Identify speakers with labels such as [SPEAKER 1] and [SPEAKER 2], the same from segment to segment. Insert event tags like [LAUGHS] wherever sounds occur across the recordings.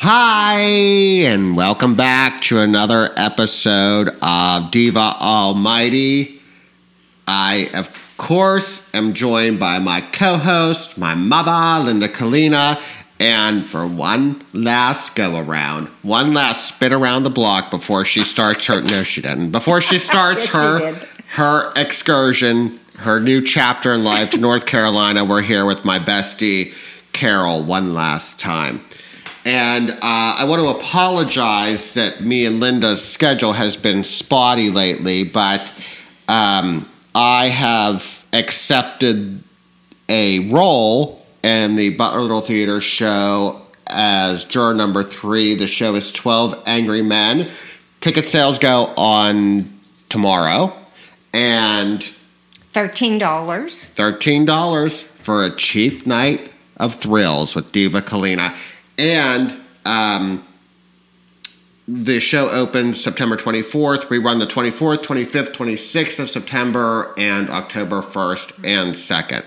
[SPEAKER 1] Hi, and welcome back to another episode of Diva Almighty. I, of course, am joined by my co host, my mother, Linda Kalina, and for one last go around, one last spin around the block before she starts her. No, she didn't. Before she starts
[SPEAKER 2] [LAUGHS] Yes, she
[SPEAKER 1] her
[SPEAKER 2] did.
[SPEAKER 1] her excursion, her new chapter in life
[SPEAKER 2] [LAUGHS]
[SPEAKER 1] to North Carolina. We're here with my bestie, Carol, one last time. And uh, I want to apologize that me and Linda's schedule has been spotty lately, but um, I have accepted a role in the Butler Little Theater show as juror number three. The show is 12 Angry Men. Ticket sales go on tomorrow, and
[SPEAKER 2] Thirteen dollars.
[SPEAKER 1] $13 for a cheap night of thrills with Diva Kalina. And um, the show opens September 24th. We run the 24th, 25th, 26th of September, and October 1st and 2nd.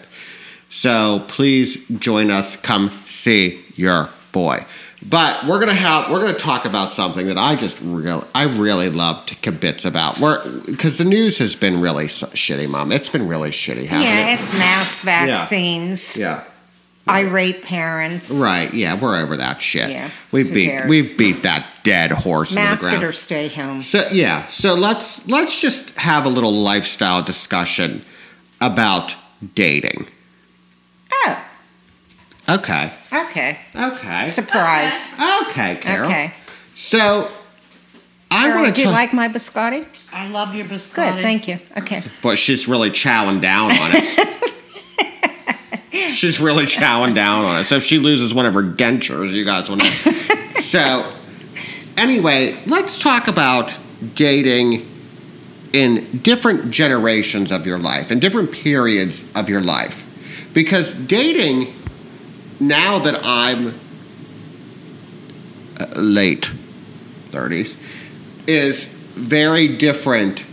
[SPEAKER 1] So please join us. Come see your boy. But we're gonna have we're gonna talk about something that I just real I really love to kibitz about. We're because the news has been really s shitty, mom. It's been really shitty, hasn't it?
[SPEAKER 2] Yeah, it's mass vaccines.
[SPEAKER 1] Yeah.
[SPEAKER 2] Irate parents.
[SPEAKER 1] Right. Yeah, we're over that shit.
[SPEAKER 2] Yeah,
[SPEAKER 1] We've
[SPEAKER 2] who
[SPEAKER 1] beat
[SPEAKER 2] cares?
[SPEAKER 1] we've beat that dead horse in
[SPEAKER 2] Mask
[SPEAKER 1] the
[SPEAKER 2] it
[SPEAKER 1] ground.
[SPEAKER 2] or stay home.
[SPEAKER 1] So yeah, so let's let's just have a little lifestyle discussion about dating.
[SPEAKER 2] Oh,
[SPEAKER 1] Okay.
[SPEAKER 2] okay.
[SPEAKER 1] Okay.
[SPEAKER 2] Surprise.
[SPEAKER 1] okay, Carol.
[SPEAKER 2] Okay.
[SPEAKER 1] So I
[SPEAKER 2] Carol,
[SPEAKER 1] want
[SPEAKER 2] do
[SPEAKER 1] to
[SPEAKER 2] you
[SPEAKER 1] talk
[SPEAKER 2] like my biscotti?
[SPEAKER 3] I love your biscotti.
[SPEAKER 2] Good, thank you. Okay. [LAUGHS]
[SPEAKER 1] but she's really chowing down on it. she's really chowing down on it. So if she loses one of her dentures, you guys will know. so anyway, let's talk about dating in different generations of your life, in different periods of your life. Because dating, now that I'm uh, late 30s, is very different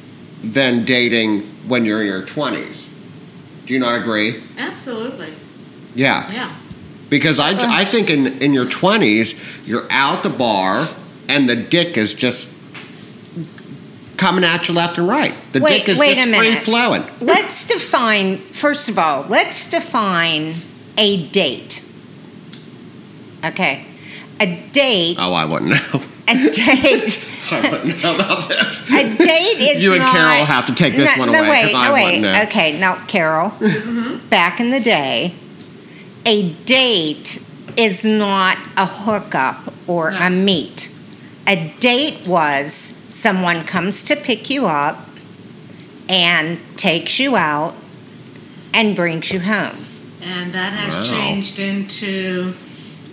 [SPEAKER 1] than dating when you're in your 20s. Do you not agree?
[SPEAKER 3] Absolutely.
[SPEAKER 1] Yeah.
[SPEAKER 3] Yeah.
[SPEAKER 1] Because I, I think in, in your 20s, you're out the bar and the dick is just coming at you left and right. The
[SPEAKER 2] Wait-
[SPEAKER 1] dick is
[SPEAKER 2] wait
[SPEAKER 1] just
[SPEAKER 2] a
[SPEAKER 1] free
[SPEAKER 2] minute.
[SPEAKER 1] flowing.
[SPEAKER 2] Let's define, first of all, let's define a date. Okay. A date,
[SPEAKER 1] Oh, I wouldn't [LAUGHS] know.
[SPEAKER 2] a date,
[SPEAKER 1] I wouldn't know about this.
[SPEAKER 2] a date is
[SPEAKER 1] [LAUGHS] You and
[SPEAKER 2] not-
[SPEAKER 1] Carol have to take this
[SPEAKER 2] no,
[SPEAKER 1] one
[SPEAKER 2] no,
[SPEAKER 1] away, 'cause
[SPEAKER 2] wait,
[SPEAKER 1] I
[SPEAKER 2] no,
[SPEAKER 1] wouldn't
[SPEAKER 2] wait.
[SPEAKER 1] know.
[SPEAKER 2] Okay, now Carol, back in the day, a date is not a hookup or a meet. A date was someone comes to pick you up and takes you out and brings you home.
[SPEAKER 3] And that has
[SPEAKER 1] Wow.
[SPEAKER 3] changed into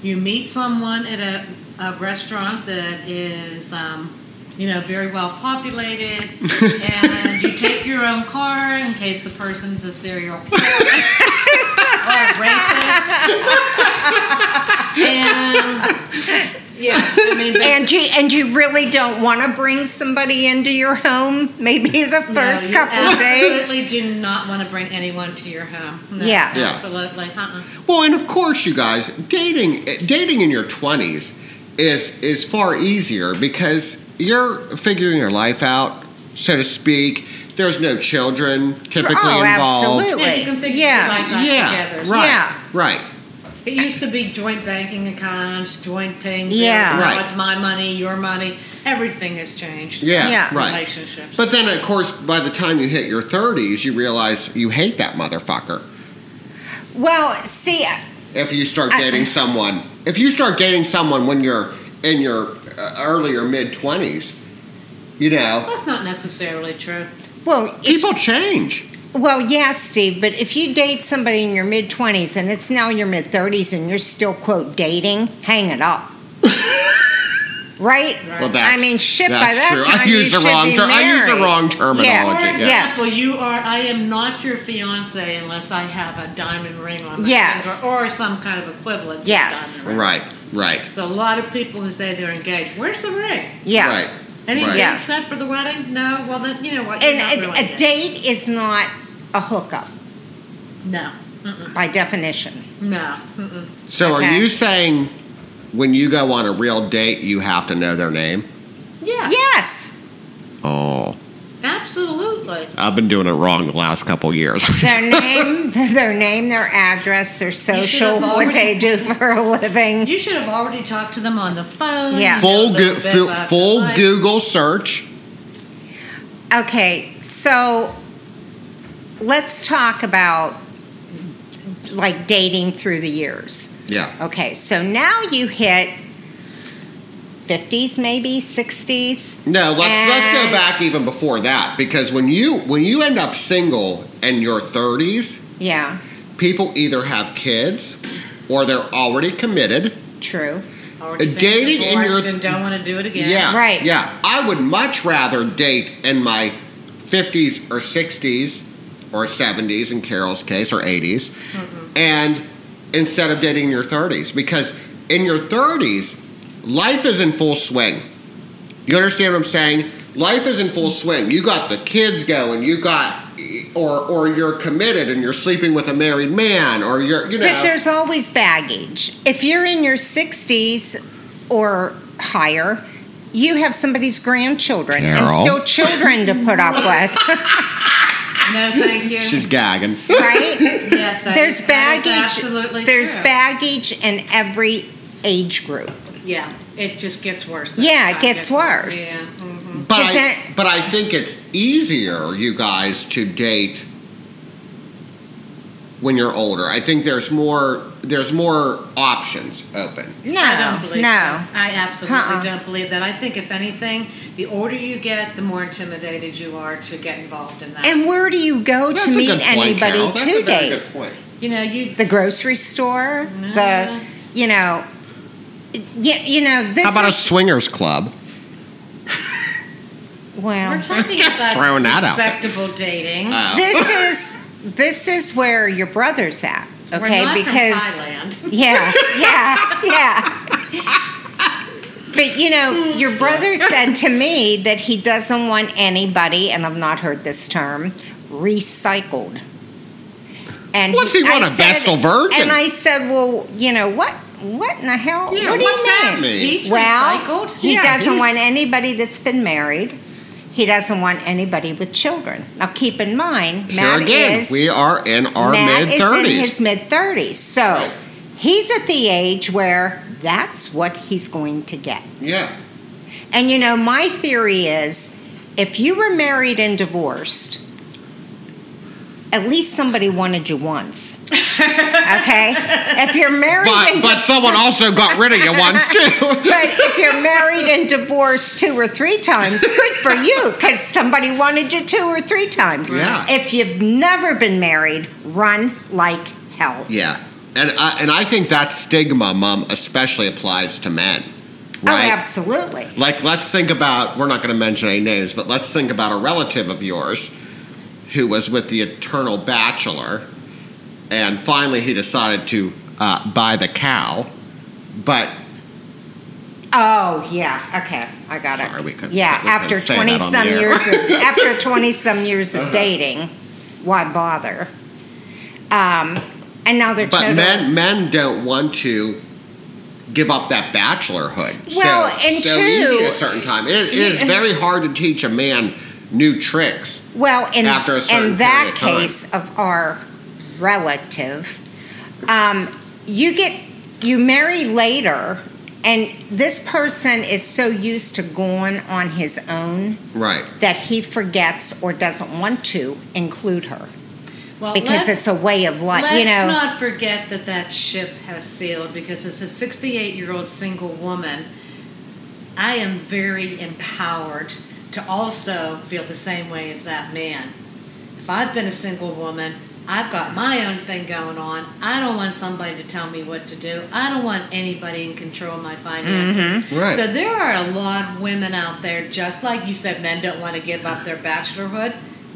[SPEAKER 3] you meet someone at a, a restaurant that is, um, you know, very well
[SPEAKER 1] [LAUGHS]
[SPEAKER 3] populated, and you take your own car in case the person's a serial killer or a rapist. [LAUGHS] and yeah, I mean,
[SPEAKER 2] And you and you really don't want to bring somebody into your home, maybe the first
[SPEAKER 3] no, uh, you
[SPEAKER 2] couple of days.
[SPEAKER 3] Absolutely, do not want to bring anyone to your home. No,
[SPEAKER 2] Yeah.
[SPEAKER 1] Yeah.
[SPEAKER 3] absolutely. Uh-uh.
[SPEAKER 1] Well, and of course, you guys, dating dating in your twenties is is far easier because you're figuring your life out, so to speak. There's no children typically
[SPEAKER 2] Oh,
[SPEAKER 1] involved.
[SPEAKER 2] absolutely.
[SPEAKER 3] Yeah, you can figure
[SPEAKER 2] Yeah.
[SPEAKER 3] your life out
[SPEAKER 1] Yeah,
[SPEAKER 3] together.
[SPEAKER 1] right,
[SPEAKER 2] Yeah.
[SPEAKER 1] right.
[SPEAKER 3] It used to be joint banking accounts, joint paying bills.
[SPEAKER 2] Yeah.
[SPEAKER 3] now
[SPEAKER 1] Right.
[SPEAKER 3] It's my money, your money. Everything has changed.
[SPEAKER 1] Yeah,
[SPEAKER 2] Yeah.
[SPEAKER 1] right.
[SPEAKER 3] Relationships.
[SPEAKER 1] But then, of course, by the time you hit your thirties, you realize you hate that motherfucker.
[SPEAKER 2] Well, see,
[SPEAKER 1] If you start
[SPEAKER 2] I-
[SPEAKER 1] dating someone, if you start dating someone when you're in your uh, earlier mid twenties, you know,
[SPEAKER 3] That's not necessarily true.
[SPEAKER 2] well, if
[SPEAKER 1] people change.
[SPEAKER 2] Well, yeah, Steve, but if you date somebody in your mid 20s and it's now your mid 30s and you're still, quote, dating, hang it
[SPEAKER 1] [LAUGHS]
[SPEAKER 2] up. right?
[SPEAKER 3] Right.
[SPEAKER 1] Well, that's,
[SPEAKER 2] I mean, shit, by
[SPEAKER 1] that's
[SPEAKER 2] that
[SPEAKER 1] true.
[SPEAKER 2] time,
[SPEAKER 1] I
[SPEAKER 2] you
[SPEAKER 1] used the
[SPEAKER 2] should
[SPEAKER 1] wrong
[SPEAKER 2] be
[SPEAKER 1] ter- I used the
[SPEAKER 2] married.
[SPEAKER 1] wrong
[SPEAKER 3] For
[SPEAKER 1] terminology.
[SPEAKER 2] Yeah.
[SPEAKER 1] Yeah.
[SPEAKER 3] example, you are. I am not your fiance unless I have a diamond ring on my
[SPEAKER 2] Yes.
[SPEAKER 3] finger or some kind of equivalent. to a
[SPEAKER 2] Yes.
[SPEAKER 3] diamond ring.
[SPEAKER 1] Right. Right.
[SPEAKER 3] There's a lot of people who say they're engaged. Where's the ring?
[SPEAKER 2] Yeah.
[SPEAKER 1] Right.
[SPEAKER 3] Anything
[SPEAKER 1] Right.
[SPEAKER 2] Yeah.
[SPEAKER 3] set for the wedding? No. Well, then you know what? you're not
[SPEAKER 2] And
[SPEAKER 3] ruining
[SPEAKER 2] a, a
[SPEAKER 3] it.
[SPEAKER 2] date is not a hookup
[SPEAKER 3] No. Mm-mm.
[SPEAKER 2] by definition.
[SPEAKER 3] No. Mm-mm.
[SPEAKER 1] So,
[SPEAKER 2] Okay.
[SPEAKER 1] are you saying when you go on a real date, you have to know their name?
[SPEAKER 3] Yeah.
[SPEAKER 2] Yes,
[SPEAKER 1] Oh,
[SPEAKER 3] Absolutely.
[SPEAKER 1] I've been doing it wrong the last couple
[SPEAKER 2] [LAUGHS]
[SPEAKER 1] years.
[SPEAKER 2] their name, [LAUGHS] their name, their address, their social, what they
[SPEAKER 3] already-
[SPEAKER 2] do for a living.
[SPEAKER 3] You should have already talked to them on the phone.
[SPEAKER 2] Yeah.
[SPEAKER 1] full
[SPEAKER 3] You know a
[SPEAKER 1] go-
[SPEAKER 3] little bit
[SPEAKER 1] fu-
[SPEAKER 3] about
[SPEAKER 1] full
[SPEAKER 3] their life.
[SPEAKER 1] Google search.
[SPEAKER 2] Okay, so let's talk about like dating through the years.
[SPEAKER 1] Yeah.
[SPEAKER 2] Okay, so now you hit 50s, maybe 60s.
[SPEAKER 1] No, let's let's go
[SPEAKER 2] And-
[SPEAKER 1] back even before that because when you when you end up single in your 30s,
[SPEAKER 2] Yeah,
[SPEAKER 1] people either have kids or they're already committed.
[SPEAKER 2] true.
[SPEAKER 3] Already been
[SPEAKER 1] Dating in your-
[SPEAKER 3] divorced and don't want to do it again.
[SPEAKER 1] Yeah.
[SPEAKER 2] Right.
[SPEAKER 1] Yeah. I would much rather date in my 50s or 60s or 70s in Carol's case or 80s
[SPEAKER 2] Mm-hmm.
[SPEAKER 1] and instead of dating in your 30s because in your 30s life is in full swing. You understand what I'm saying? Life is in full swing. You got the kids going, you got or or you're committed and you're sleeping with a married man or you're you know
[SPEAKER 2] But there's always baggage. If you're in your 60s or higher, you have somebody's grandchildren and
[SPEAKER 1] Carol.
[SPEAKER 2] still children to put up with,
[SPEAKER 3] No, thank you.
[SPEAKER 1] she's gagging.
[SPEAKER 2] right?
[SPEAKER 3] yes, that
[SPEAKER 2] there's
[SPEAKER 3] is- that is
[SPEAKER 2] baggage.
[SPEAKER 3] absolutely
[SPEAKER 2] there's
[SPEAKER 3] true.
[SPEAKER 2] baggage in every age group.
[SPEAKER 3] Yeah, it just gets worse.
[SPEAKER 2] Yeah, it
[SPEAKER 3] time
[SPEAKER 2] gets worse.
[SPEAKER 3] Yeah. mhm.
[SPEAKER 1] But
[SPEAKER 2] Is
[SPEAKER 1] I,
[SPEAKER 2] that-
[SPEAKER 1] but I think it's easier, you guys, to date when you're older. I think there's more there's more options open.
[SPEAKER 2] No,
[SPEAKER 3] I don't believe
[SPEAKER 2] no.
[SPEAKER 3] so. I absolutely
[SPEAKER 2] Uh-uh.
[SPEAKER 3] don't believe that. I think if anything, the older you get, the more intimidated you are to get involved in that.
[SPEAKER 2] And where do you go
[SPEAKER 1] That's
[SPEAKER 2] to
[SPEAKER 1] a
[SPEAKER 2] meet
[SPEAKER 1] good point,
[SPEAKER 2] anybody
[SPEAKER 1] Carol. That's
[SPEAKER 2] to
[SPEAKER 1] a very
[SPEAKER 2] date?
[SPEAKER 1] good point.
[SPEAKER 3] you know, you
[SPEAKER 2] The grocery store,
[SPEAKER 3] No.
[SPEAKER 2] the you know, you, you know this.
[SPEAKER 1] How about a
[SPEAKER 2] is,
[SPEAKER 1] swingers club?
[SPEAKER 2] well,
[SPEAKER 3] we're
[SPEAKER 1] [LAUGHS]
[SPEAKER 3] talking about
[SPEAKER 1] throwing that out there. Uh,
[SPEAKER 3] respectable dating.
[SPEAKER 1] Oh.
[SPEAKER 2] this is this is where your brother's at. Okay,
[SPEAKER 3] we're not
[SPEAKER 2] because
[SPEAKER 3] from Thailand.
[SPEAKER 2] Yeah, yeah, yeah. But you know, your
[SPEAKER 1] [LAUGHS]
[SPEAKER 2] brother said to me that he doesn't want anybody, and I've not heard this term, recycled. And
[SPEAKER 1] What's he want,
[SPEAKER 2] I
[SPEAKER 1] a Vestal Virgin?
[SPEAKER 2] And I said, well, you know what? What in the hell?
[SPEAKER 1] Yeah,
[SPEAKER 2] what do
[SPEAKER 1] what's
[SPEAKER 2] you
[SPEAKER 1] that
[SPEAKER 2] mean?
[SPEAKER 1] mean?
[SPEAKER 3] He's
[SPEAKER 2] Well,
[SPEAKER 3] recycled.
[SPEAKER 2] he
[SPEAKER 1] Yeah,
[SPEAKER 2] doesn't
[SPEAKER 1] he's-
[SPEAKER 2] want anybody that's been married. He doesn't want anybody with children. Now, keep in mind,
[SPEAKER 1] Here
[SPEAKER 2] Matt
[SPEAKER 1] again,
[SPEAKER 2] is
[SPEAKER 1] we are in our
[SPEAKER 2] Matt
[SPEAKER 1] mid
[SPEAKER 2] is in
[SPEAKER 1] thirties.
[SPEAKER 2] his mid thirties, so
[SPEAKER 1] Right.
[SPEAKER 2] he's at the age where that's what he's going to get.
[SPEAKER 1] yeah.
[SPEAKER 2] And you know, my theory is, if you were married and divorced, at least somebody wanted you
[SPEAKER 1] [LAUGHS]
[SPEAKER 2] once. Okay, if you're married,
[SPEAKER 1] But
[SPEAKER 2] and
[SPEAKER 1] but someone also got rid of you once
[SPEAKER 2] [LAUGHS]
[SPEAKER 1] too.
[SPEAKER 2] but if you're married and divorced two or three times, good for you because somebody wanted you two or three times.
[SPEAKER 1] Yeah.
[SPEAKER 2] If you've never been married, run like hell.
[SPEAKER 1] yeah. And I, and I think that stigma, mom, especially applies to men. Right?
[SPEAKER 2] Oh, absolutely.
[SPEAKER 1] Like, let's think about, we're not going to mention any names, but let's think about a relative of yours who was with the Eternal Bachelor, and finally he decided to uh, buy the cow. But
[SPEAKER 2] Oh yeah. Okay, I got it.
[SPEAKER 1] Sorry, we couldn't-
[SPEAKER 2] yeah,
[SPEAKER 1] we couldn't
[SPEAKER 2] after
[SPEAKER 1] say
[SPEAKER 2] twenty
[SPEAKER 1] that on
[SPEAKER 2] some
[SPEAKER 1] the air. Uh-huh.
[SPEAKER 2] years,
[SPEAKER 1] [LAUGHS]
[SPEAKER 2] of, after twenty some years of dating, why bother? Um, and now they're
[SPEAKER 1] but
[SPEAKER 2] total-
[SPEAKER 1] men men don't want to give up that bachelorhood.
[SPEAKER 2] Well,
[SPEAKER 1] so,
[SPEAKER 2] and
[SPEAKER 1] so
[SPEAKER 2] two-
[SPEAKER 1] easy at a certain time. It, it is very hard to teach a man new tricks.
[SPEAKER 2] Well, in,
[SPEAKER 1] after a certain
[SPEAKER 2] in
[SPEAKER 1] period
[SPEAKER 2] that
[SPEAKER 1] of time.
[SPEAKER 2] case of our relative, um, you get you marry later, and this person is so used to going on his own
[SPEAKER 1] Right.
[SPEAKER 2] that he forgets or doesn't want to include her
[SPEAKER 3] Well,
[SPEAKER 2] because it's
[SPEAKER 3] let's-
[SPEAKER 2] a way of life.
[SPEAKER 3] Let's
[SPEAKER 2] You know,
[SPEAKER 3] not forget that that ship has sailed because as a 68 year old single woman, I am very empowered to also feel the same way as that man. If I've been a single woman, I've got my own thing going on. I don't want somebody to tell me what to do. I don't want anybody in control of my finances.
[SPEAKER 2] Mm-hmm.
[SPEAKER 1] Mhm. Right.
[SPEAKER 3] So there are a lot of women out there, just like you said, men don't want to give up their bachelorhood.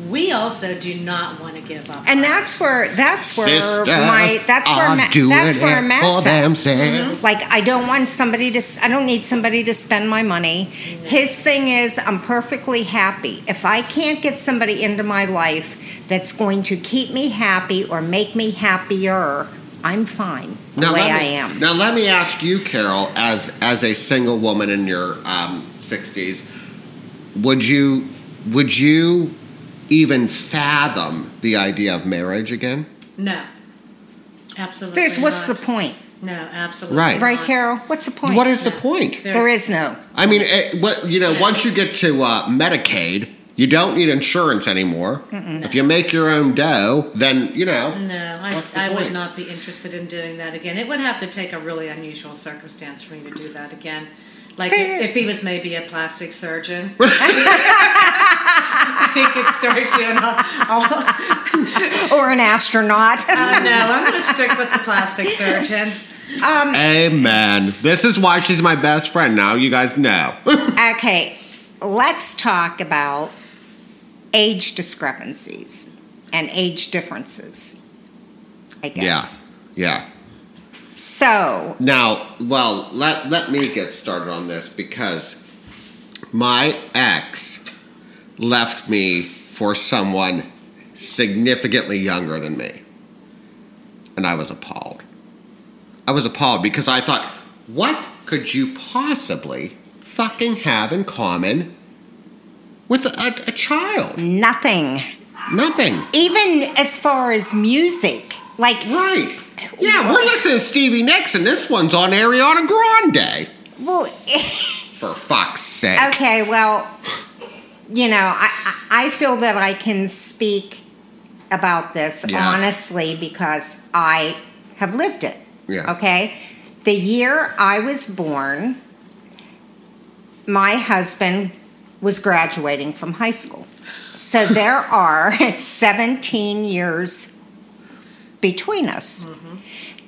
[SPEAKER 3] We also do not want to give up.
[SPEAKER 2] and
[SPEAKER 3] ours.
[SPEAKER 2] that's where that's where
[SPEAKER 1] Sisters
[SPEAKER 2] my that's where
[SPEAKER 1] are
[SPEAKER 2] Ma-
[SPEAKER 1] doing
[SPEAKER 2] that's where
[SPEAKER 1] it
[SPEAKER 2] Matt's
[SPEAKER 1] for
[SPEAKER 2] at. Mm-hmm.
[SPEAKER 1] themselves.
[SPEAKER 2] Like I don't want somebody to. s- I don't need somebody to spend my money. His thing is, I'm perfectly happy. If I can't get somebody into my life that's going to keep me happy or make me happier, I'm fine. the way
[SPEAKER 1] let me,
[SPEAKER 2] I am.
[SPEAKER 1] Now let me ask you, Carol, as as a single woman in your um, sixties, would you would you even fathom the idea of marriage again?
[SPEAKER 3] No. Absolutely.
[SPEAKER 2] There's what's
[SPEAKER 3] not.
[SPEAKER 2] the point,
[SPEAKER 3] No, absolutely.
[SPEAKER 1] Right.
[SPEAKER 2] right,
[SPEAKER 3] not.
[SPEAKER 2] Carol? What's the point?
[SPEAKER 1] What is the
[SPEAKER 3] Yeah.
[SPEAKER 1] point?
[SPEAKER 3] There's-
[SPEAKER 2] there is no.
[SPEAKER 1] I mean, it, what you know, once you get to uh, Medicaid, you don't need insurance anymore. If you make your own dough, then you know.
[SPEAKER 3] No, I,
[SPEAKER 1] What's the
[SPEAKER 3] I
[SPEAKER 1] point?
[SPEAKER 3] would not be interested in doing that again. It would have to take a really unusual circumstance for me to do that again. Like
[SPEAKER 2] Fair.
[SPEAKER 3] if he was maybe a plastic
[SPEAKER 1] [LAUGHS]
[SPEAKER 3] surgeon, he could start doing all. all
[SPEAKER 2] Or an astronaut. [LAUGHS]
[SPEAKER 3] uh, no, I'm going to stick with the plastic surgeon.
[SPEAKER 2] Um,
[SPEAKER 1] Amen. This is why she's my best friend now. You guys know. [LAUGHS]
[SPEAKER 2] okay, let's talk about age discrepancies and age differences. I guess.
[SPEAKER 1] yeah.
[SPEAKER 2] So,
[SPEAKER 1] Now, well, let, let me get started on this because my ex left me for someone significantly younger than me. And I was appalled. I was appalled because I thought, what could you possibly fucking have in common with a, a child?
[SPEAKER 2] nothing.
[SPEAKER 1] Nothing.
[SPEAKER 2] Even as far as music, like
[SPEAKER 1] Right. Yeah, we're listening to Stevie Nicks, and this one's on Ariana Grande.
[SPEAKER 2] well. [LAUGHS]
[SPEAKER 1] For fuck's sake.
[SPEAKER 2] Okay, well, you know, I, I I feel that I can speak about this
[SPEAKER 1] Yes.
[SPEAKER 2] honestly because I have lived it.
[SPEAKER 1] Yeah.
[SPEAKER 2] Okay? The year I was born, my husband was graduating from high school. So there are [LAUGHS] 17 years between us.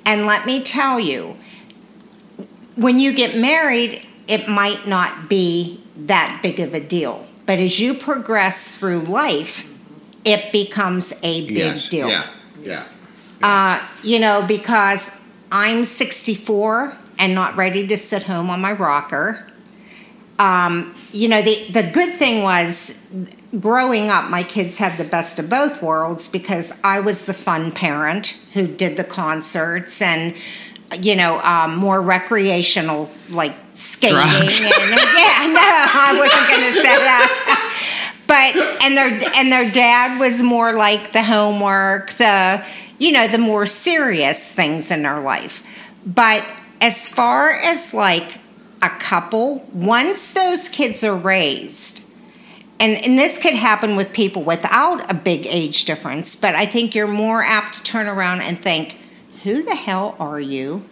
[SPEAKER 2] And let me tell you, when you get married, it might not be that big of a deal. But as you progress through life, it becomes a big
[SPEAKER 1] yes.
[SPEAKER 2] deal.
[SPEAKER 1] Yeah. Yeah.
[SPEAKER 2] Uh, you know, because I'm 64 and not ready to sit home on my rocker. Um, you know, the, the good thing was growing up, my kids had the best of both worlds because I was the fun parent who did the concerts and, you know, um, more recreational, like skating.
[SPEAKER 1] Drugs.
[SPEAKER 2] And, yeah, no, I wasn't going to say that but and their and their dad was more like the homework the you know the more serious things in their life but as far as like a couple once those kids are raised and, and this could happen with people without a big age difference, but I think you're more apt to turn around and think, who the hell are you?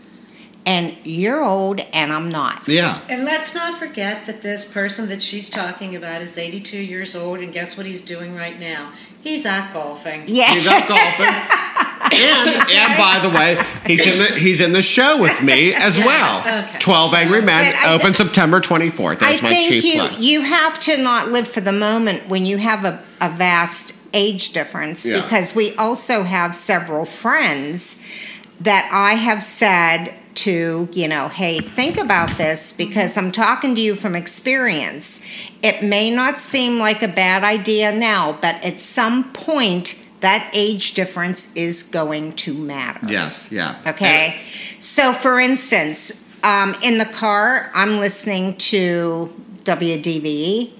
[SPEAKER 2] And you're old and I'm not.
[SPEAKER 1] Yeah.
[SPEAKER 3] And let's not forget that this person that she's talking about is 82 years old, and guess what he's doing right now? He's out golfing.
[SPEAKER 2] Yeah.
[SPEAKER 1] He's out golfing. and and by the way, he's in the he's in the show with me as well.
[SPEAKER 3] Okay.
[SPEAKER 1] Twelve Angry Men
[SPEAKER 2] But I
[SPEAKER 1] open September twenty fourth. That's
[SPEAKER 2] I
[SPEAKER 1] my
[SPEAKER 2] think
[SPEAKER 1] chief
[SPEAKER 2] you
[SPEAKER 1] plug.
[SPEAKER 2] you have to not live for the moment when you have a, a vast age difference
[SPEAKER 1] Yeah.
[SPEAKER 2] because we also have several friends that I have said to, you know, hey, think about this because I'm talking to you from experience. It may not seem like a bad idea now, but at some point that age difference is going to matter.
[SPEAKER 1] Yes. Yeah.
[SPEAKER 2] Okay. So, for instance, um, in the car, I'm listening to WDVE,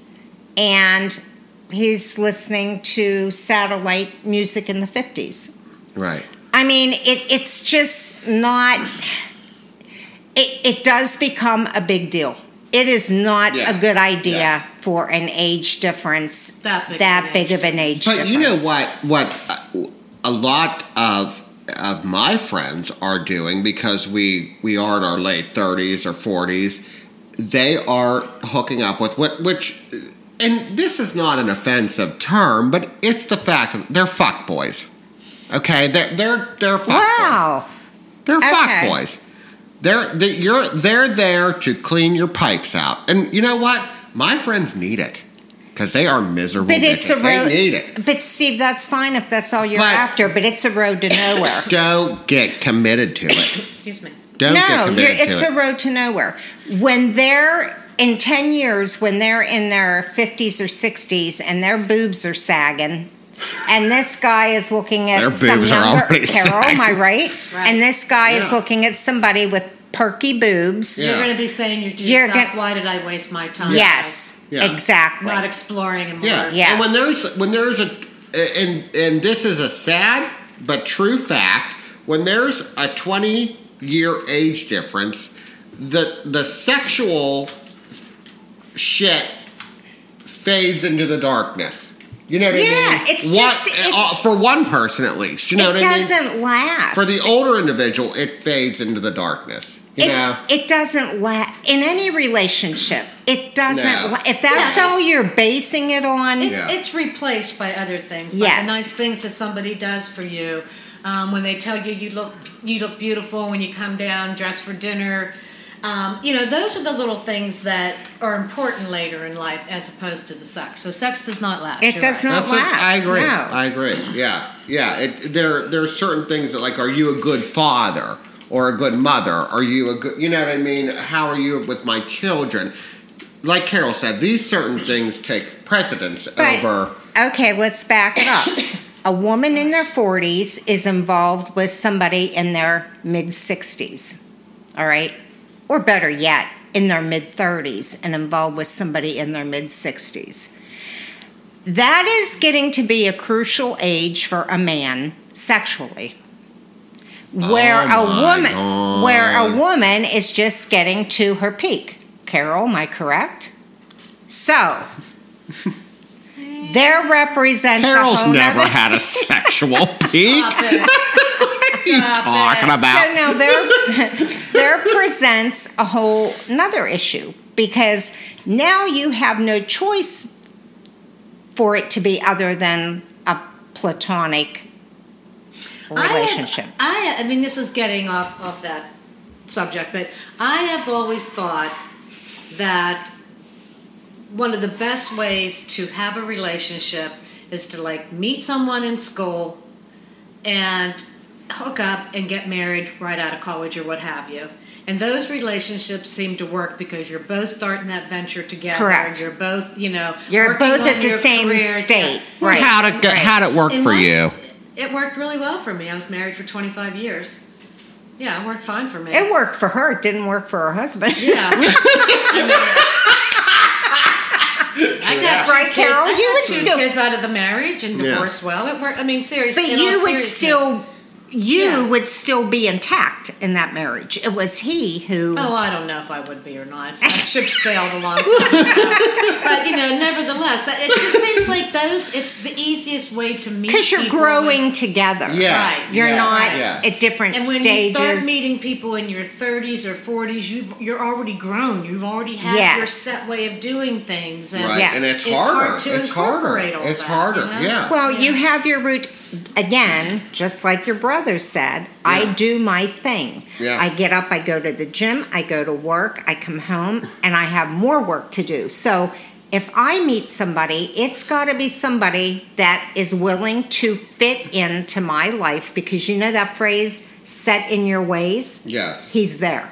[SPEAKER 2] and he's listening to satellite music in the 50s.
[SPEAKER 1] And- right.
[SPEAKER 2] I mean, it, it's just not, it, it does become a big deal. It is not
[SPEAKER 1] Yeah.
[SPEAKER 2] a good idea
[SPEAKER 1] Yeah.
[SPEAKER 2] for an age difference
[SPEAKER 3] That big of an
[SPEAKER 2] big
[SPEAKER 3] age
[SPEAKER 2] of an age
[SPEAKER 1] But
[SPEAKER 2] difference.
[SPEAKER 1] you know what? What uh, a lot of of my friends are doing because we we are in our late thirties or forties. They are hooking up with what which, and this is not an offensive term, but it's the fact that they're fuck boys. Okay, they're they're they're fuck
[SPEAKER 2] Wow.
[SPEAKER 1] they're
[SPEAKER 2] Okay.
[SPEAKER 1] fuck boys. They're they, you're they're there to clean your pipes out, and you know what? My friends need it because they are miserable.
[SPEAKER 2] But it's
[SPEAKER 1] bitches.
[SPEAKER 2] a road.
[SPEAKER 1] They need it.
[SPEAKER 2] But Steve, that's fine if that's all you're
[SPEAKER 1] But-
[SPEAKER 2] after. But it's a road to nowhere.
[SPEAKER 1] Don't get committed to it.
[SPEAKER 3] Excuse me.
[SPEAKER 1] [COUGHS] Don't get
[SPEAKER 2] no, you're,
[SPEAKER 1] committed
[SPEAKER 2] it's
[SPEAKER 1] to
[SPEAKER 2] a
[SPEAKER 1] it.
[SPEAKER 2] road to nowhere. When they're in ten years, when they're in their fifties or sixties, and their boobs are sagging, and this guy is looking at
[SPEAKER 1] Their
[SPEAKER 2] some
[SPEAKER 1] boobs are
[SPEAKER 2] younger
[SPEAKER 1] already
[SPEAKER 2] Carol, am I
[SPEAKER 1] sagging.
[SPEAKER 2] right?
[SPEAKER 3] Right.
[SPEAKER 2] And this guy is
[SPEAKER 1] Yeah.
[SPEAKER 2] looking at somebody with perky boobs.
[SPEAKER 1] Yeah.
[SPEAKER 3] You're going to be saying you're, to
[SPEAKER 2] You're
[SPEAKER 3] yourself,
[SPEAKER 2] gonna-
[SPEAKER 3] why did I waste my time?
[SPEAKER 2] Yes,
[SPEAKER 1] Yeah.
[SPEAKER 3] Like,
[SPEAKER 2] exactly.
[SPEAKER 3] Not exploring and more.
[SPEAKER 1] Yeah.
[SPEAKER 2] Yeah.
[SPEAKER 1] And when there's when there's a and and this is a sad but true fact, when there's a 20 year age difference, the the sexual shit fades into the darkness. You know what I mean?
[SPEAKER 2] Yeah, it's
[SPEAKER 1] One-
[SPEAKER 2] just- it-
[SPEAKER 1] uh, for one person at least. You know
[SPEAKER 2] it
[SPEAKER 1] what I mean?
[SPEAKER 2] doesn't last.
[SPEAKER 1] For the older individual, it fades into the darkness. You
[SPEAKER 2] it,
[SPEAKER 1] know?
[SPEAKER 2] it doesn't last in any relationship. It doesn't.
[SPEAKER 1] No.
[SPEAKER 2] la- if that's
[SPEAKER 3] Yeah.
[SPEAKER 2] all you're basing it on,
[SPEAKER 3] It,
[SPEAKER 1] Yeah.
[SPEAKER 3] It's replaced by other things. By
[SPEAKER 2] Yes.
[SPEAKER 3] the nice things that somebody does for you. Um, when they tell you you look you look beautiful when you come down dressed for dinner. Um, you know, those are the little things that are important later in life as opposed to the sex. So sex does not last.
[SPEAKER 2] It
[SPEAKER 3] you're
[SPEAKER 2] does
[SPEAKER 3] right.
[SPEAKER 2] not
[SPEAKER 1] what-
[SPEAKER 2] last.
[SPEAKER 1] I agree.
[SPEAKER 2] No.
[SPEAKER 1] I agree. Yeah, yeah. It, there, there are certain things that, like, are you a good father or a good mother? Are you a good, you know what I mean? How are you with my children? Like Carol said, these certain things take precedence
[SPEAKER 2] But-
[SPEAKER 1] over.
[SPEAKER 2] Okay, let's back it up.
[SPEAKER 1] [COUGHS]
[SPEAKER 2] A woman in their 40s is involved with somebody in their mid 60s, all right? Or better yet, in their mid 30s and involved with somebody in their mid 60s. That is getting to be a crucial age for a man sexually. Where
[SPEAKER 1] Oh
[SPEAKER 2] a
[SPEAKER 1] my
[SPEAKER 2] woman
[SPEAKER 1] God.
[SPEAKER 2] where a woman is just getting to her peak. Carol, am I correct?
[SPEAKER 3] [LAUGHS]
[SPEAKER 2] So, they're represents a
[SPEAKER 1] Carol's
[SPEAKER 2] whole
[SPEAKER 1] never
[SPEAKER 2] nother-
[SPEAKER 1] had a sexual peak.
[SPEAKER 3] Stop it.
[SPEAKER 1] you
[SPEAKER 3] Stop
[SPEAKER 1] talking
[SPEAKER 3] it.
[SPEAKER 1] about?
[SPEAKER 2] So now there, [LAUGHS] there presents a whole another issue because now you have no choice for it to be other than a platonic relationship.
[SPEAKER 3] I, have, I, I mean, this is getting off of that subject, but I have always thought that one of the best ways to have a relationship is to like meet someone in school and hook up and get married right out of college or what have you. And those relationships seem to work because you're both starting that venture together.
[SPEAKER 2] Correct.
[SPEAKER 3] You're both, you know,
[SPEAKER 2] You're
[SPEAKER 3] working
[SPEAKER 2] both
[SPEAKER 3] on
[SPEAKER 2] at the
[SPEAKER 3] your
[SPEAKER 2] same
[SPEAKER 3] career.
[SPEAKER 2] state,
[SPEAKER 3] Yeah.
[SPEAKER 2] right?
[SPEAKER 1] How'd it go,
[SPEAKER 2] right.
[SPEAKER 1] How'd it work
[SPEAKER 3] And
[SPEAKER 1] for
[SPEAKER 3] once-
[SPEAKER 1] you?
[SPEAKER 3] It worked really well for me. I was married for 25 years. Yeah, it worked fine for me.
[SPEAKER 2] It worked for her. It didn't work for
[SPEAKER 1] [LAUGHS]
[SPEAKER 2] her husband.
[SPEAKER 3] Yeah.
[SPEAKER 2] [LAUGHS]
[SPEAKER 3] I got two
[SPEAKER 2] Right,
[SPEAKER 3] kids-
[SPEAKER 2] Carol?
[SPEAKER 3] I
[SPEAKER 2] You
[SPEAKER 3] got
[SPEAKER 2] would
[SPEAKER 3] two
[SPEAKER 2] still-
[SPEAKER 3] kids out of the marriage and
[SPEAKER 1] Yeah.
[SPEAKER 3] divorced well. It worked. I mean, seriously.
[SPEAKER 2] But you would still, you
[SPEAKER 3] Yeah.
[SPEAKER 2] would still be intact in that marriage. It was he who.
[SPEAKER 3] Oh, I don't know if I would be or not. It's- That ship sailed a long
[SPEAKER 2] [LAUGHS]
[SPEAKER 3] time ago. But you know, nevertheless, that, it just seems like those. It's the easiest way
[SPEAKER 2] [LAUGHS]
[SPEAKER 3] to meet.
[SPEAKER 2] Because you're
[SPEAKER 3] people
[SPEAKER 2] growing together.
[SPEAKER 1] Yeah,
[SPEAKER 3] Right.
[SPEAKER 2] You're
[SPEAKER 1] yeah,
[SPEAKER 2] not
[SPEAKER 1] yeah.
[SPEAKER 2] at different
[SPEAKER 3] And when
[SPEAKER 2] stages.
[SPEAKER 3] you start meeting people in your 30s or 40s, you've, you're already grown. You've already had your
[SPEAKER 2] Yes.
[SPEAKER 3] set way of doing things. And
[SPEAKER 1] Right,
[SPEAKER 2] Yes.
[SPEAKER 1] and it's
[SPEAKER 3] It's
[SPEAKER 1] harder.
[SPEAKER 3] hard to
[SPEAKER 1] it's harder.
[SPEAKER 3] incorporate all
[SPEAKER 1] It's
[SPEAKER 3] that,
[SPEAKER 1] harder.
[SPEAKER 3] you know?
[SPEAKER 1] Yeah.
[SPEAKER 2] well, you
[SPEAKER 3] Yeah.
[SPEAKER 2] have your root again, just like your brother said. I
[SPEAKER 1] Yeah.
[SPEAKER 2] do my thing.
[SPEAKER 1] Yeah.
[SPEAKER 2] I get up, I go to the gym, I go to work, I come home, and I have more work to do. So if I meet somebody, it's got to be somebody that is willing to fit into my life because you know that phrase, set in your ways?
[SPEAKER 1] yes.
[SPEAKER 2] He's there.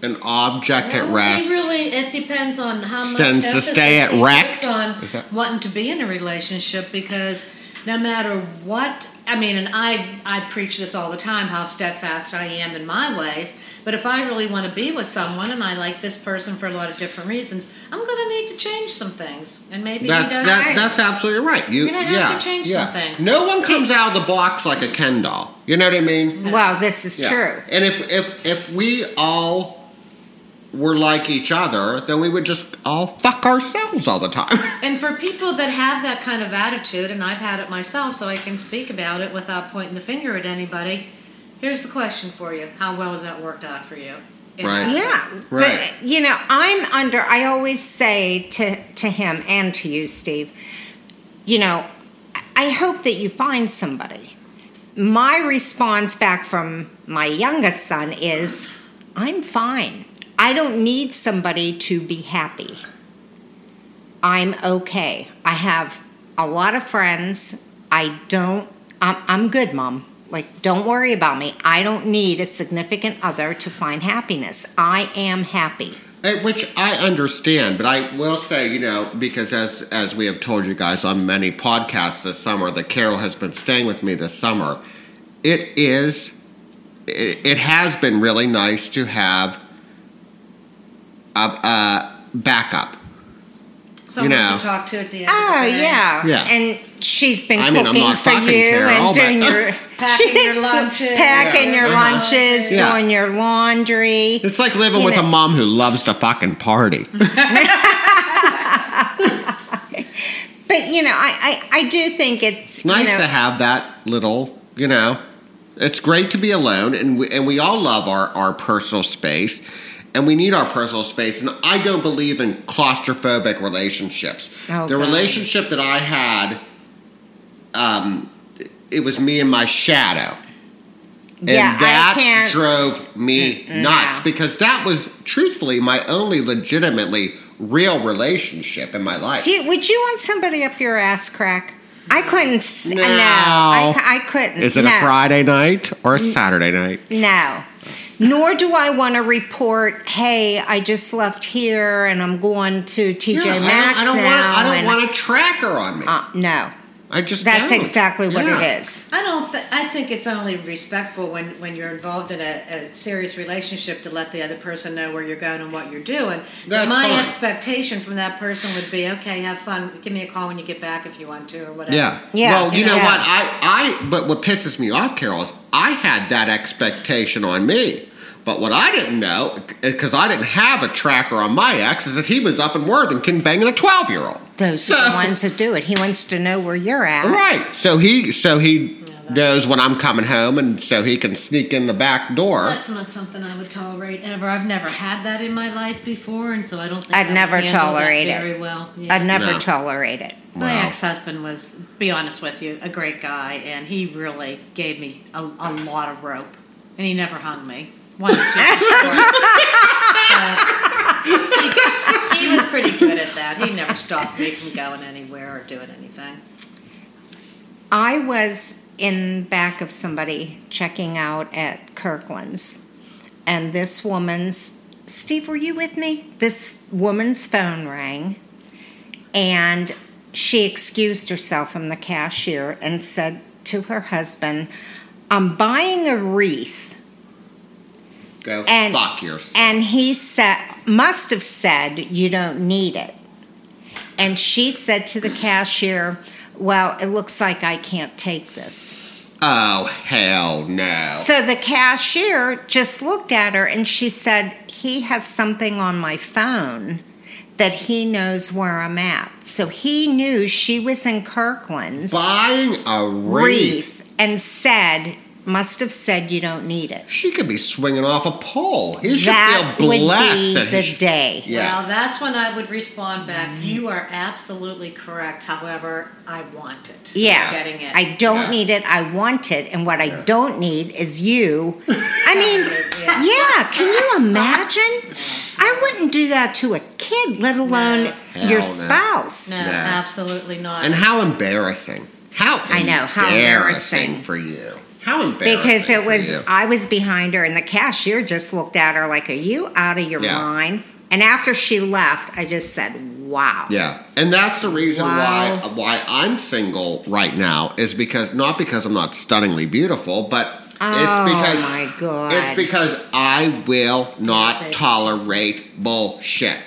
[SPEAKER 1] An object
[SPEAKER 3] Well,
[SPEAKER 1] at
[SPEAKER 3] it
[SPEAKER 1] rest.
[SPEAKER 3] really, it depends on how much
[SPEAKER 1] Tends to
[SPEAKER 3] emphasis
[SPEAKER 1] stay at
[SPEAKER 3] he
[SPEAKER 1] rec.
[SPEAKER 3] puts on
[SPEAKER 1] Is that-
[SPEAKER 3] wanting to be in a relationship because no matter what, I mean, and I I preach this all the time how steadfast I am in my ways. But if I really want to be with someone and I like this person for a lot of different reasons, I'm going to need to change some things, and maybe
[SPEAKER 1] That's
[SPEAKER 3] he does.
[SPEAKER 1] that,
[SPEAKER 3] too.
[SPEAKER 1] that's absolutely right. You
[SPEAKER 3] You're gonna have
[SPEAKER 1] yeah,
[SPEAKER 3] to change
[SPEAKER 1] yeah.
[SPEAKER 3] some things.
[SPEAKER 1] No one comes out of the box like a Ken doll. You know what I mean?
[SPEAKER 2] Well, this is
[SPEAKER 1] Yeah.
[SPEAKER 2] true.
[SPEAKER 1] And if if if we all were like each other, then we would just all fuck ourselves all the time. [LAUGHS]
[SPEAKER 3] And for people that have that kind of attitude, and I've had it myself, so I can speak about it without pointing the finger at anybody. Here's the question for you: How well has that worked out for you? It
[SPEAKER 1] Right.
[SPEAKER 3] hasn't.
[SPEAKER 2] Yeah.
[SPEAKER 1] Right.
[SPEAKER 2] But you know, I'm under I always say to to him and to you, Steve, you know, I hope that you find somebody. My response back from my youngest son is I'm fine. I don't need somebody to be happy. I'm okay. I have a lot of friends. I don't, I'm, I'm good, mom. Like, don't worry about me. I don't need a significant other to find happiness. I am happy.
[SPEAKER 1] Eh, Which I understand, but I will say, you know, because as as we have told you guys on many podcasts this summer, that Carol has been staying with me this summer. It is, it, it has been really nice to have a, a backup.
[SPEAKER 3] Someone
[SPEAKER 1] know.
[SPEAKER 3] to talk to at the end.
[SPEAKER 2] Oh
[SPEAKER 3] of the day.
[SPEAKER 2] yeah.
[SPEAKER 1] Yeah.
[SPEAKER 2] And she's been
[SPEAKER 1] I mean, I'm
[SPEAKER 2] cooking
[SPEAKER 1] not
[SPEAKER 2] for you
[SPEAKER 1] fucking Carol,
[SPEAKER 2] and doing
[SPEAKER 1] but- [LAUGHS]
[SPEAKER 2] your
[SPEAKER 3] Packing
[SPEAKER 2] [LAUGHS]
[SPEAKER 3] your lunches.
[SPEAKER 2] packing
[SPEAKER 3] Yeah.
[SPEAKER 2] your
[SPEAKER 3] Uh-huh.
[SPEAKER 2] lunches,
[SPEAKER 1] Yeah.
[SPEAKER 2] doing your laundry.
[SPEAKER 1] It's like living
[SPEAKER 2] You
[SPEAKER 1] with
[SPEAKER 2] know.
[SPEAKER 1] a mom who loves to fucking party.
[SPEAKER 2] But you know, I, I, I do think it's,
[SPEAKER 1] It's nice
[SPEAKER 2] you know,
[SPEAKER 1] to have that little, you know. It's great to be alone, and we, and we all love our, our personal space, and we need our personal space. And I don't believe in claustrophobic relationships.
[SPEAKER 2] Oh,
[SPEAKER 1] the
[SPEAKER 2] God.
[SPEAKER 1] relationship that I had, um, it was me and my shadow, and
[SPEAKER 2] yeah,
[SPEAKER 1] that
[SPEAKER 2] I can't
[SPEAKER 1] drove me nuts
[SPEAKER 2] no.
[SPEAKER 1] because that was truthfully my only legitimately real relationship in my life.
[SPEAKER 2] do you, would you want somebody up your ass crack? I couldn't. s- No,
[SPEAKER 1] No.
[SPEAKER 2] I, cou- I couldn't.
[SPEAKER 1] Is it
[SPEAKER 2] no.
[SPEAKER 1] a Friday night or a Saturday night?
[SPEAKER 2] No. Nor do I want to report, hey, I just left here and I'm going to TJ
[SPEAKER 1] Yeah, I don't-
[SPEAKER 2] Maxx
[SPEAKER 1] I don't,
[SPEAKER 2] now.
[SPEAKER 1] want. I don't
[SPEAKER 2] and-
[SPEAKER 1] want a tracker on me.
[SPEAKER 2] Uh, no,
[SPEAKER 1] I just.
[SPEAKER 2] that's
[SPEAKER 1] don't.
[SPEAKER 2] exactly what
[SPEAKER 1] Yeah.
[SPEAKER 2] it is.
[SPEAKER 3] I don't. Th- I think it's only respectful when, when you're involved in a, a serious relationship to let the other person know where you're going and what you're doing.
[SPEAKER 1] That's
[SPEAKER 3] My
[SPEAKER 1] fine.
[SPEAKER 3] expectation from that person would be, okay, have fun. Give me a call when you get back if you want to, or whatever.
[SPEAKER 1] Yeah.
[SPEAKER 2] Yeah,
[SPEAKER 1] Well, you
[SPEAKER 2] you
[SPEAKER 1] know
[SPEAKER 2] know.
[SPEAKER 1] what? I, I. But what pisses me off, Carol, is I had that expectation on me. But what I didn't know, because I didn't have a tracker on my ex, is that he was up in Worthington banging a twelve-year-old. [LAUGHS]
[SPEAKER 2] Those are the ones that do it. He wants to know where you're at.
[SPEAKER 1] Right. So he. So he knows when I'm coming home, and so he can sneak in the back door.
[SPEAKER 3] That's not something I would tolerate ever. I've never had that in my life before, and so I don't. think
[SPEAKER 2] I'd
[SPEAKER 3] I would
[SPEAKER 2] never
[SPEAKER 3] handle that
[SPEAKER 2] tolerate it.
[SPEAKER 3] very well. Yeah.
[SPEAKER 2] I'd never
[SPEAKER 1] No.
[SPEAKER 2] tolerate it.
[SPEAKER 3] My
[SPEAKER 1] Wow.
[SPEAKER 3] ex-husband was, be honest with you, a great guy, and he really gave me a, a lot of rope, and he never hung me. One
[SPEAKER 2] [LAUGHS]
[SPEAKER 3] or two. But he, he was pretty good at that. He never stopped me from going anywhere or doing anything.
[SPEAKER 2] I was in back of somebody checking out at Kirkland's, and this woman's Steve, were you with me? This woman's phone rang, and she excused herself from the cashier and said to her husband, "I'm buying a wreath."
[SPEAKER 1] Go
[SPEAKER 2] And-
[SPEAKER 1] fuck yourself.
[SPEAKER 2] And he said, must have said, you don't need it. And she said to the cashier, well, it looks like I can't take this.
[SPEAKER 1] oh hell no.
[SPEAKER 2] So the cashier just looked at her and she said, he has something on my phone that he knows where I'm at. So he knew she was in Kirkland's
[SPEAKER 1] Buying a wreath.
[SPEAKER 2] wreath and said, must have said, you don't need it.
[SPEAKER 1] She could be swinging off a pole. He should
[SPEAKER 2] That
[SPEAKER 1] feel
[SPEAKER 2] would
[SPEAKER 1] blessed.
[SPEAKER 2] be
[SPEAKER 1] that he
[SPEAKER 2] the
[SPEAKER 1] should-
[SPEAKER 2] day.
[SPEAKER 1] Yeah.
[SPEAKER 3] Well, that's when I would respond back. You are absolutely correct. However, I want it. So
[SPEAKER 2] Yeah.
[SPEAKER 3] getting it.
[SPEAKER 2] I don't
[SPEAKER 1] Yeah.
[SPEAKER 2] need it. I want it. And what I don't need is you. I mean,
[SPEAKER 1] [LAUGHS]
[SPEAKER 3] Yeah.
[SPEAKER 2] yeah. Can you imagine? I wouldn't do that to a kid, let alone
[SPEAKER 1] Hell no.
[SPEAKER 2] your spouse.
[SPEAKER 3] no,
[SPEAKER 1] No.
[SPEAKER 3] absolutely not.
[SPEAKER 1] and how embarrassing. How
[SPEAKER 2] I know, how embarrassing.
[SPEAKER 1] for you. How embarrassing.
[SPEAKER 2] Because it
[SPEAKER 1] for
[SPEAKER 2] was,
[SPEAKER 1] you.
[SPEAKER 2] I was behind her, and the cashier just looked at her like, Are you out of your
[SPEAKER 1] Yeah.
[SPEAKER 2] mind? And after she left, I just said, Wow.
[SPEAKER 1] Yeah. And that's the reason
[SPEAKER 2] Wow.
[SPEAKER 1] why why I'm single right now is because not because I'm not stunningly beautiful, but
[SPEAKER 2] Oh,
[SPEAKER 1] it's because
[SPEAKER 2] my God.
[SPEAKER 1] it's because I will not
[SPEAKER 3] Tolerate.
[SPEAKER 1] tolerate bullshit.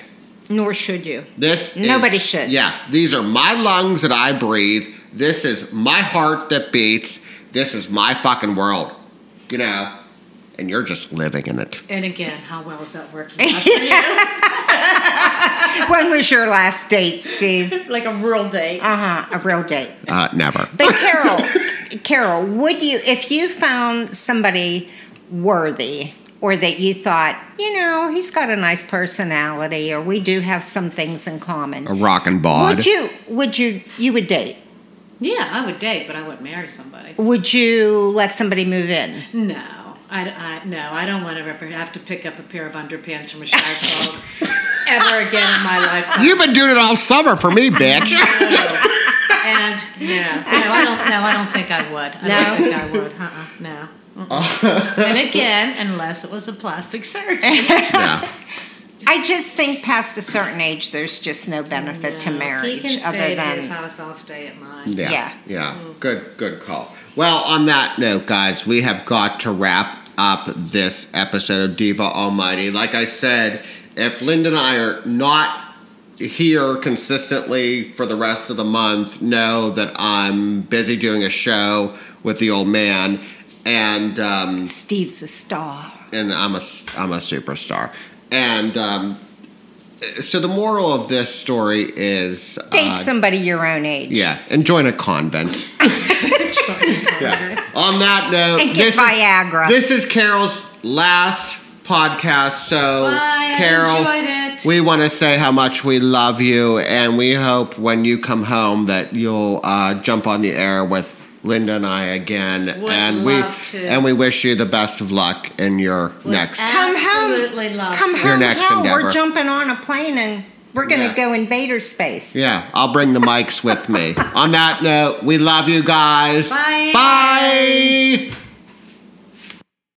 [SPEAKER 2] Nor should you.
[SPEAKER 1] This is-
[SPEAKER 2] Nobody should.
[SPEAKER 1] Yeah, these are my lungs that I breathe. This is my heart that beats. This is my fucking world. You know, and you're just living in it.
[SPEAKER 3] And again, how well is that [LAUGHS] working out for you?
[SPEAKER 2] when was your last date, Steve?
[SPEAKER 3] like a real date.
[SPEAKER 2] Uh huh. A real date.
[SPEAKER 1] Uh, never.
[SPEAKER 2] But
[SPEAKER 1] [LAUGHS]
[SPEAKER 2] Carol, Carol, would you if you found somebody worthy or that you thought, you know, he's got a nice personality or we do have some things in
[SPEAKER 1] A
[SPEAKER 2] common.
[SPEAKER 1] rockin' bod.
[SPEAKER 2] Would you would you you would date?
[SPEAKER 3] Yeah, I would date, but I wouldn't marry somebody.
[SPEAKER 2] Would you let somebody move in?
[SPEAKER 3] No, I, I- no, I don't want to ever have to pick up a pair of underpants from a shy [LAUGHS] soul ever again in my lifetime.
[SPEAKER 1] You've been doing it all summer for me, bitch.
[SPEAKER 2] [LAUGHS]
[SPEAKER 3] [LAUGHS] No. And no, no, I don't. No, I don't think I would. I
[SPEAKER 2] No?
[SPEAKER 3] don't think I would. Uh-uh, no. Uh-uh. [LAUGHS] Mm-mm. and again, unless it was a plastic surgery.
[SPEAKER 1] yeah.
[SPEAKER 2] I just think past a certain age, there's just no benefit to
[SPEAKER 3] No,
[SPEAKER 2] marriage
[SPEAKER 3] He can
[SPEAKER 2] other
[SPEAKER 3] stay at his
[SPEAKER 2] than
[SPEAKER 3] house. I'll stay at mine.
[SPEAKER 1] Yeah.
[SPEAKER 2] Yeah.
[SPEAKER 1] Yeah. Good, good call. Well, on that note, guys, we have got to wrap up this episode of Diva Almighty. Like I said, if Linda and I are not here consistently for the rest of the month, know that I'm busy doing a show with the old man. And um,
[SPEAKER 2] Steve's a star.
[SPEAKER 1] and I'm a I'm a superstar. And um, so the moral of this story is
[SPEAKER 2] Date
[SPEAKER 1] uh,
[SPEAKER 2] somebody your own age.
[SPEAKER 1] yeah, and join a convent.
[SPEAKER 3] [LAUGHS]
[SPEAKER 1] yeah. On that note,
[SPEAKER 2] And get
[SPEAKER 1] this
[SPEAKER 2] Viagra.
[SPEAKER 1] Is, this is Carol's last podcast. So
[SPEAKER 3] Bye, I
[SPEAKER 1] Carol,
[SPEAKER 3] enjoyed it.
[SPEAKER 1] we want to say how much we love you, and we hope when you come home that you'll uh, jump on the air with. Linda and I again,
[SPEAKER 3] Would
[SPEAKER 1] and
[SPEAKER 3] love
[SPEAKER 1] we
[SPEAKER 3] to.
[SPEAKER 1] and we wish you the best of luck in your
[SPEAKER 3] Would
[SPEAKER 1] next
[SPEAKER 2] Come home.
[SPEAKER 3] Absolutely love
[SPEAKER 2] Come
[SPEAKER 3] to.
[SPEAKER 2] home.
[SPEAKER 1] next
[SPEAKER 2] hell,
[SPEAKER 1] endeavor.
[SPEAKER 2] we're jumping on a plane and we're going to
[SPEAKER 1] Yeah.
[SPEAKER 2] go invader space.
[SPEAKER 1] Yeah, I'll bring the mics with me. On that note, we love you guys.
[SPEAKER 3] Bye.
[SPEAKER 1] Bye.